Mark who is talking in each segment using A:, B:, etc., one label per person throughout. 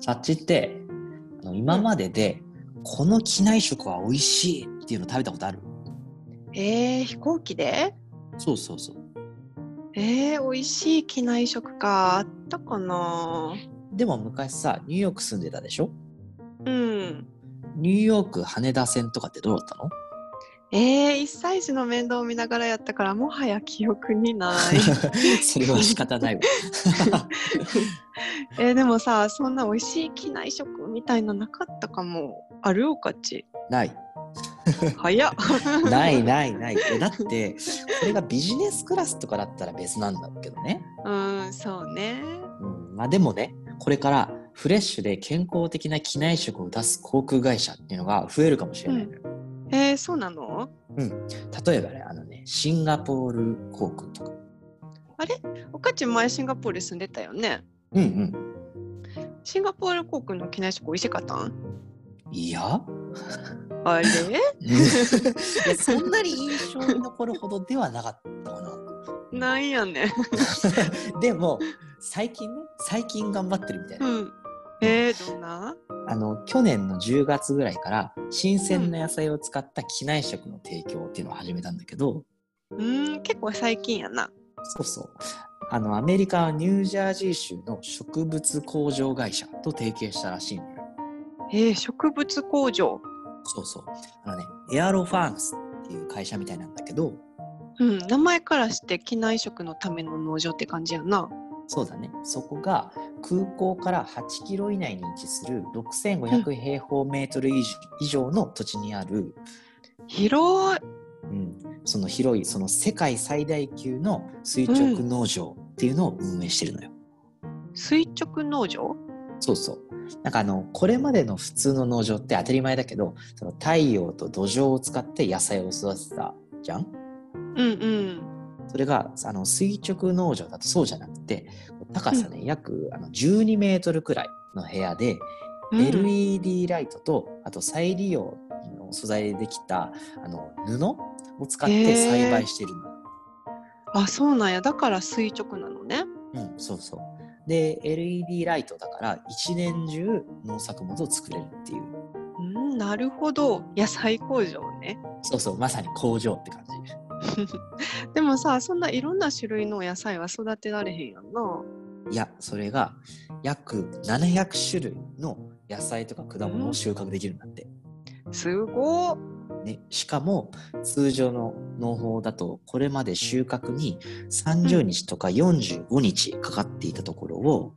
A: 察知ってあの今まででこの機内食は美味しいっていうの食べたことある
B: えー、飛行機で
A: そうそうそう
B: えー、美味しい機内食かあったかな
A: でも昔さニューヨーク住んでたでしょ
B: うん
A: ニューヨーク羽田線とかってどうだったの
B: えー、1歳児の面倒を見ながらやったからもはや記憶 にない
A: それは仕方ないわ
B: えー、でもさそんな美味しい機内食みたいななかったかもあるおかち
A: ない
B: 早っ
A: ないないないえだってこれがビジネスクラスとかだったら別なんだけどね、
B: うんそうね
A: うん、まあでもねこれからフレッシュで健康的な機内食を出す航空会社っていうのが増えるかもしれないのよ、
B: えー、そうなの
A: 例えばねあのねシンガポール航空とか
B: おかち前シンガポール住んでたよね
A: うんうん
B: シンガポール航空の機内食美味しかったん
A: いや
B: あ れ
A: いやそんなに印象に残るほどではなかったかな
B: なんやねん
A: でも最近ね最近頑張ってるみたいな、
B: うんえー、どんな
A: あの去年の10月ぐらいから新鮮な野菜を使った機内食の提供っていうのを始めたんだけど、
B: うん結構最近やな
A: そうそうあのアメリカニュージャージー州の植物工場会社と提携したらしいのよ
B: えー、植物工場
A: そうそうあのねエアロファームスっていう会社みたいなんだけど
B: うん名前からして機内食のための農場って感じやな
A: そうだねそこが空港から8キロ以内に位置する6500平方メートル以上以上の土地にある、
B: 広い
A: うん、その広いその世界最大級の垂直農場っていうのを運営してるのよ。
B: 垂直農場
A: そうそう。なんかあのこれまでの普通の農場って当たり前だけどその太陽と土壌を使って野菜を育てたじゃん
B: うんうん
A: それがあの垂直農場だとそうじゃなくて高さね、約あの12メートルくらいの部屋で、
B: うん
A: LED ライトとあと再利用の素材でできたあの布を使って栽培しているの。
B: あそうなんやだから垂直なのね
A: うん、そうそう。で、LED ライトだから一年中農作物を作れるっていう。
B: うんなるほど野菜工場ね
A: そうそう、まさに工場って感じ。
B: でもさそんないろんな種類の野菜は育てられへんやんない
A: や、それが約700種類の野菜とか果物を収穫できるんだって。
B: すごっ
A: ね、しかも通常の農法だとこれまで収穫に30日とか45日かかっていたところを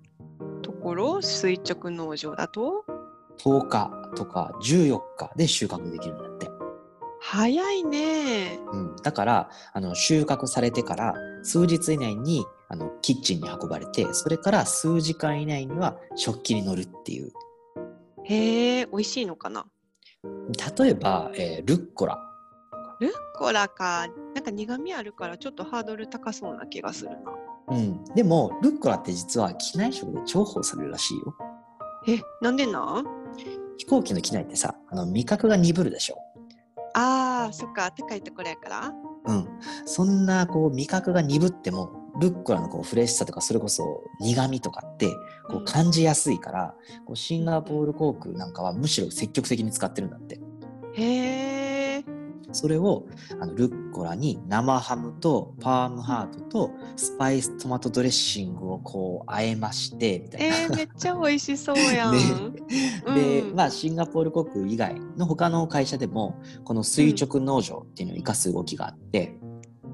B: ところ垂直農場だと
A: 10日とか14日で収穫できるんだって。
B: 早いね
A: うん、だからあの収穫されてから数日以内にあのキッチンに運ばれてそれから数時間以内には食器に乗るっていう
B: へえ美味しいのかな
A: 例えば、えールッコラ
B: ルッコラかなんか苦味あるからちょっとハードル高そうな気がするな
A: うん、でもルッコラって実は機内食で重宝されるらしいよ
B: えなんでなん
A: 飛行機の機内ってさあの味覚が鈍るでしょ
B: あーそっか高いところやから
A: うんそんなこう味覚が鈍ってもルッコラのこうフレッシュさとかそれこそ苦味とかってこ
B: う
A: うん感じやすいから、こうシンガポール航空なんかはむしろ積極的に使ってるんだって
B: へえ
A: それをあのルッコラに生ハムとパームハートとスパイストマトドレッシングをこう和えましてみたいな。
B: えー、めっちゃ美味しそうやん、
A: ね
B: え
A: で、
B: うん
A: まあ、シンガポール航空以外の他の会社でもこの垂直農場っていうのを生かす動きがあって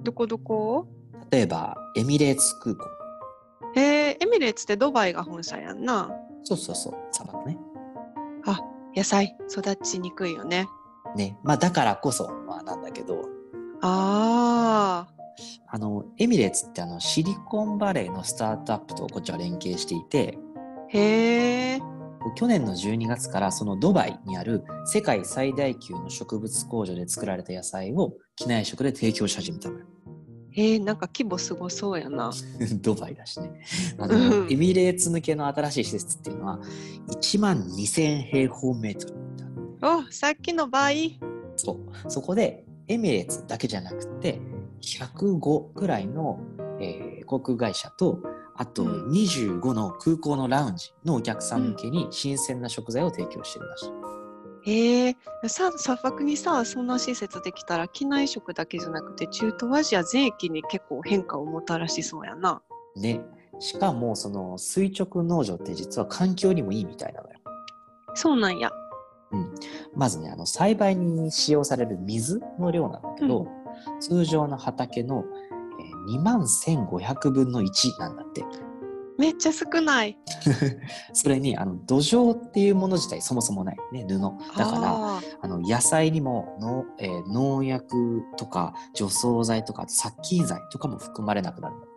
B: どこどこ
A: 例えばエミレーツ空港
B: へえエミレーツってドバイが本社やんな
A: そうそうそう砂漠ね
B: 野菜育ちにくいよね
A: ね、まあ、だからこそ、まあ、なんだけど
B: あー
A: あのエミレーツってあのシリコンバレーのスタートアップとこっちは連携していて
B: へえ
A: 去年の12月からそのドバイにある世界最大級の植物工場で作られた野菜を機内食で提供し始めたのよ。
B: えー、なんか規模すごそうやな。
A: ドバイだしね。あ
B: う
A: の
B: ん
A: エミレーツ向けの新しい施設っていうのは1万2000平方メートルだ。
B: おさっきの倍
A: そう。そこでエミレーツだけじゃなくて105くらいの、えー航空会社とあと
B: うん
A: 25の空港のラウンジのお客さん向けに新鮮な食材を提供してるらしい。
B: ええさ砂漠にさそんな施設できたら機内食だけじゃなくて中東アジア全域に結構変化をもたらしそうやな。
A: ね。しかもその垂直農場って実は環境にもいいみたいなのよ。
B: そうなんや。
A: まずねあの栽培に使用される水の量なんだけど、
B: う
A: 通常の畑の2万1500分の1なんだって
B: めっちゃ少ない。
A: それにあの土壌っていうもの自体そもそもない、ね、布だから
B: あ
A: あの野菜にも農,、えー農薬とか除草剤とか殺菌剤とかも含まれなくなるんだっ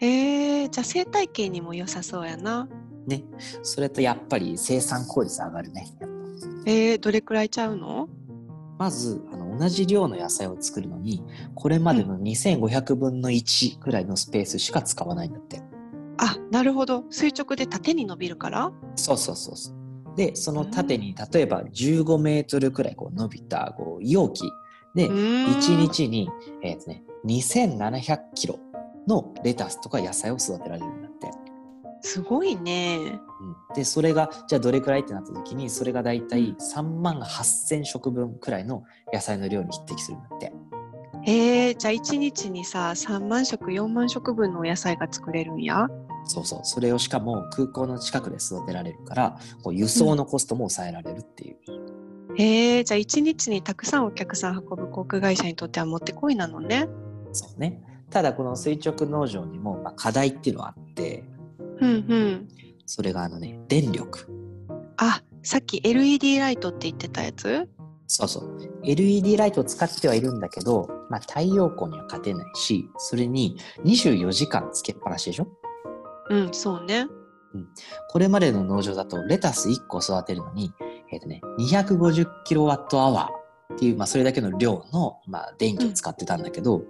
A: て。
B: ーええじゃあ生態系にも良さそうやな。
A: ね、それとやっぱり生産効率上がるね。
B: ええどれくらいちゃうの
A: まずあの同じ量の野菜を作るのにこれまでの2500分の1くらいのスペースしか使わないんだって。
B: あなるほど垂直で縦に伸びるから
A: そうそうそうそう。でその縦に例えば15メートルくらいこう伸びたこう容器で
B: うーん
A: 1日に、えーとね、2700キロのレタスとか野菜を育てられるんだって。
B: すごいね
A: うんでそれがじゃあどれくらいってなった時にそれがだいたい3万8,000食分くらいの野菜の量に匹敵するんだって。
B: ええじゃあ1日にさ3万食4万食分のお野菜が作れるんや
A: そうそうそれをしかも空港の近くで育てられるからこう輸送のコストも抑えられるっていう、
B: ええじゃあ1日にたくさんお客さん運ぶ航空会社にとってはもってこいなのね
A: そうねただこの垂直農場にもまあ課題っていうのはあって
B: うんうん
A: それがあのね電力
B: あさっき LED ライトって言ってたやつ
A: そうそう LED ライトを使ってはいるんだけど、まあ、太陽光には勝てないしそれに24時間つけっぱなしでしょ
B: うんそうね
A: これまでの農場だとレタス1個育てるのに、えーとね、250kWh っていう、まあ、それだけの量の、まあ、電気を使ってたんだけど、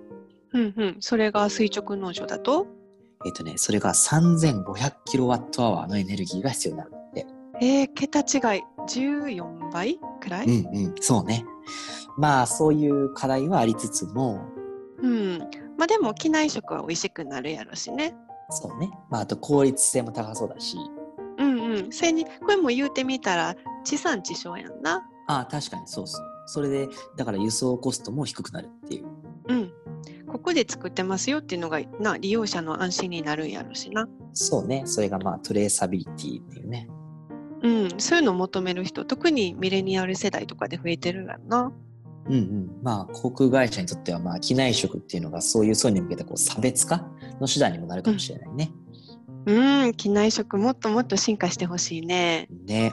B: うんうんそれが垂直農場だと
A: えっとね、それが 3500kWh のエネルギーが必要になるって。
B: ええ桁違い14倍くらい、
A: うんうん、そうね。まあ、そういう課題はありつつも、
B: うん、まあでも機内食は美味しくなるやろしね。
A: そうね。まあ、あと効率性も高そうだし、
B: うんうん。それにこれも言うてみたら地産地消やんな。
A: ああ、確かにそうそう。それで、だから輸送コストも低くなるっていう。
B: うん。ここで作ってますよっていうのがな利用者の安心になるんやろしな。
A: そうね。それがまあ、トレーサビリティっていうね。
B: うん。そういうのを求める人特にミレニアル世代とかで増えてるやんな。
A: うんうん。まあ、航空会社にとっては、まあ、機内食っていうのがそういう層に向けたこう差別化の手段にもなるかもしれないね。
B: うん。機内食もっともっと進化してほしいね。
A: ね。